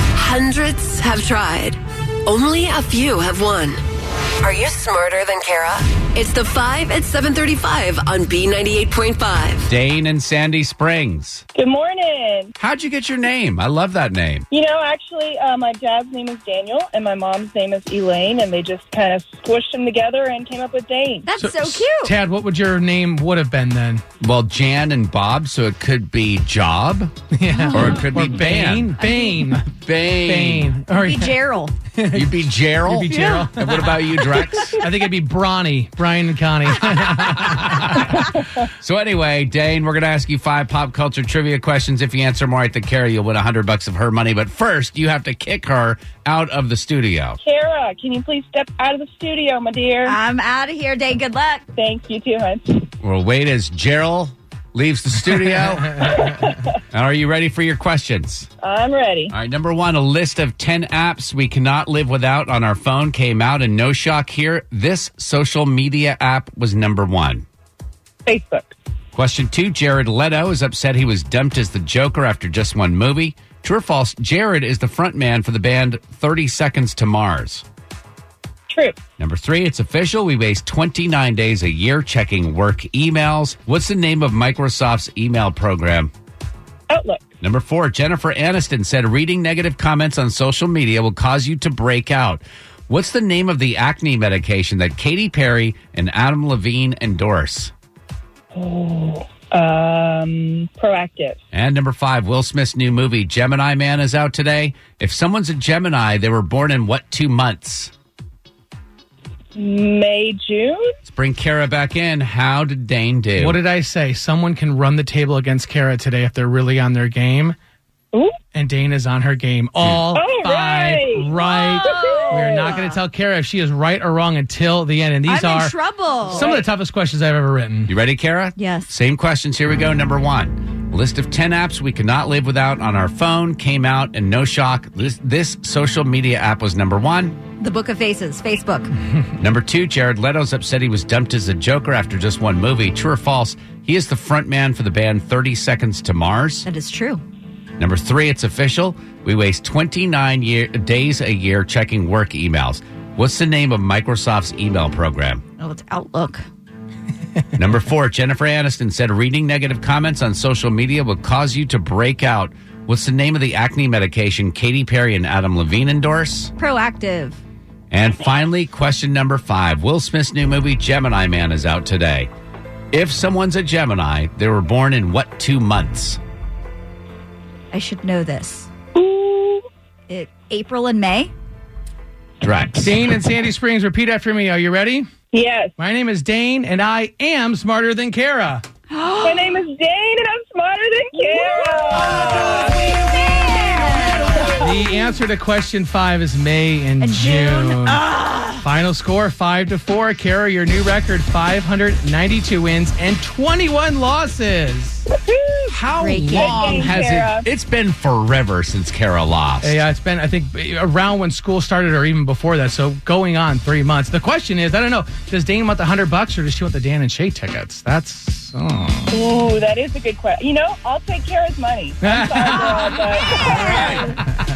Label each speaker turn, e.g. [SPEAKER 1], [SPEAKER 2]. [SPEAKER 1] Hundreds have tried. Only a few have won. Are you smarter than Kara? It's the 5 at 735 on B98.5.
[SPEAKER 2] Dane and Sandy Springs.
[SPEAKER 3] Good morning.
[SPEAKER 2] How'd you get your name? I love that name.
[SPEAKER 3] You know, actually, uh, my dad's name is Daniel, and my mom's name is Elaine, and they just kind of squished them together and came up with Dane.
[SPEAKER 4] That's so, cute.
[SPEAKER 5] Tad, what would your name would have been then?
[SPEAKER 2] Well, Jan and Bob, so it could be Job
[SPEAKER 5] Yeah.
[SPEAKER 2] or
[SPEAKER 4] Oh.
[SPEAKER 2] it could be Ban.
[SPEAKER 5] Bane. Bane.
[SPEAKER 2] Bane.
[SPEAKER 5] Bane. Or
[SPEAKER 4] Be
[SPEAKER 5] yeah.
[SPEAKER 4] Gerald.
[SPEAKER 2] You'd be Gerald.
[SPEAKER 5] You'd be Gerald.
[SPEAKER 2] And what about you, Drex?
[SPEAKER 5] I think it'd be Bronny, Brian and Connie.
[SPEAKER 2] so anyway, Dane, we're going to ask you five pop culture trivia questions. If you answer more right than Kara, you'll win 100 bucks of her money. But first, you have to kick her out of the studio.
[SPEAKER 3] Kara, can you please step out of the studio, my dear?
[SPEAKER 4] I'm out of here, Dane. Good luck.
[SPEAKER 3] Thank you, too, hun.
[SPEAKER 2] We'll wait as Gerald leaves the studio. Are you ready for your questions?
[SPEAKER 3] I'm ready.
[SPEAKER 2] All right, number one, a list of 10 apps we cannot live without on our phone came out, and no shock here. This social media app was number one.
[SPEAKER 3] Facebook.
[SPEAKER 2] Question two Jared Leto is upset he was dumped as the Joker after just one movie. True or false, Jared is the frontman for the band 30 Seconds to Mars.
[SPEAKER 3] True.
[SPEAKER 2] Number three, it's official. We waste 29 days a year checking work emails. What's the name of Microsoft's email program?
[SPEAKER 3] Outlook.
[SPEAKER 2] Number four, Jennifer Aniston said reading negative comments on social media will cause you to break out. What's the name of the acne medication that Katy Perry and Adam Levine endorse?
[SPEAKER 3] Um, proactive.
[SPEAKER 2] And number five, Will Smith's new movie, Gemini Man, is out today. If someone's a Gemini, they were born in what two months?
[SPEAKER 3] May, June?
[SPEAKER 2] Let's bring Kara back in. How did Dane do?
[SPEAKER 5] what did I say? Someone can run the table against Kara today if they're really on their game.
[SPEAKER 3] Ooh.
[SPEAKER 5] And Dane is on her game. All
[SPEAKER 3] All
[SPEAKER 5] five
[SPEAKER 3] right.
[SPEAKER 5] right. We are not going to tell Kara if she is right or wrong until the end. And these
[SPEAKER 4] I'm
[SPEAKER 5] are
[SPEAKER 4] in trouble.
[SPEAKER 5] some of the toughest questions I've ever written.
[SPEAKER 2] you ready, Kara?
[SPEAKER 4] Yes.
[SPEAKER 2] Same questions. Here we go. Number one. A list of 10 apps we cannot live without on our phone came out, and no shock, this, this social media app was number one.
[SPEAKER 4] the Book of Faces, Facebook.
[SPEAKER 2] Number two, Jared Leto's upset he was dumped as a Joker after just one movie. True or false? He is the frontman for the band 30 Seconds to Mars.
[SPEAKER 4] That is true.
[SPEAKER 2] Number three, it's official. We waste 29 year, days a year checking work emails. What's the name of Microsoft's email program?
[SPEAKER 4] Oh, it's Outlook.
[SPEAKER 2] Number four, Jennifer Aniston said reading negative comments on social media will cause you to break out. What's the name of the acne medication Katy Perry and Adam Levine endorse?
[SPEAKER 4] Proactive.
[SPEAKER 2] And finally, question number five Will Smith's new movie, Gemini Man, is out today. If someone's a Gemini, they were born in what two months?
[SPEAKER 4] I should know this.
[SPEAKER 3] Ooh.
[SPEAKER 4] It, April and May.
[SPEAKER 2] Drex.
[SPEAKER 5] Dane and Sandy Springs, repeat after me. Are you ready?
[SPEAKER 3] Yes.
[SPEAKER 5] My name is Dane, and I am smarter than Kara.
[SPEAKER 3] My name is Dane, and I'm smarter than Kara.
[SPEAKER 5] The answer to question five is May and,
[SPEAKER 4] And June. Ah!
[SPEAKER 5] June. Final score five to four. Kara, your new record: five hundred ninety-two wins and twenty-one losses.
[SPEAKER 2] How
[SPEAKER 4] Great game.
[SPEAKER 2] long
[SPEAKER 3] Good game, Kara.
[SPEAKER 2] has it? It's been forever since Kara lost.
[SPEAKER 5] Yeah, it's been I think around when school started or even before that. So going on three months. The question is, I don't know, does Dane want the hundred bucks or does she want the Dan and Shay tickets? That's oh.
[SPEAKER 3] Ooh, that is a good question. You know, I'll take Kara's money. I'm sorry, girl, but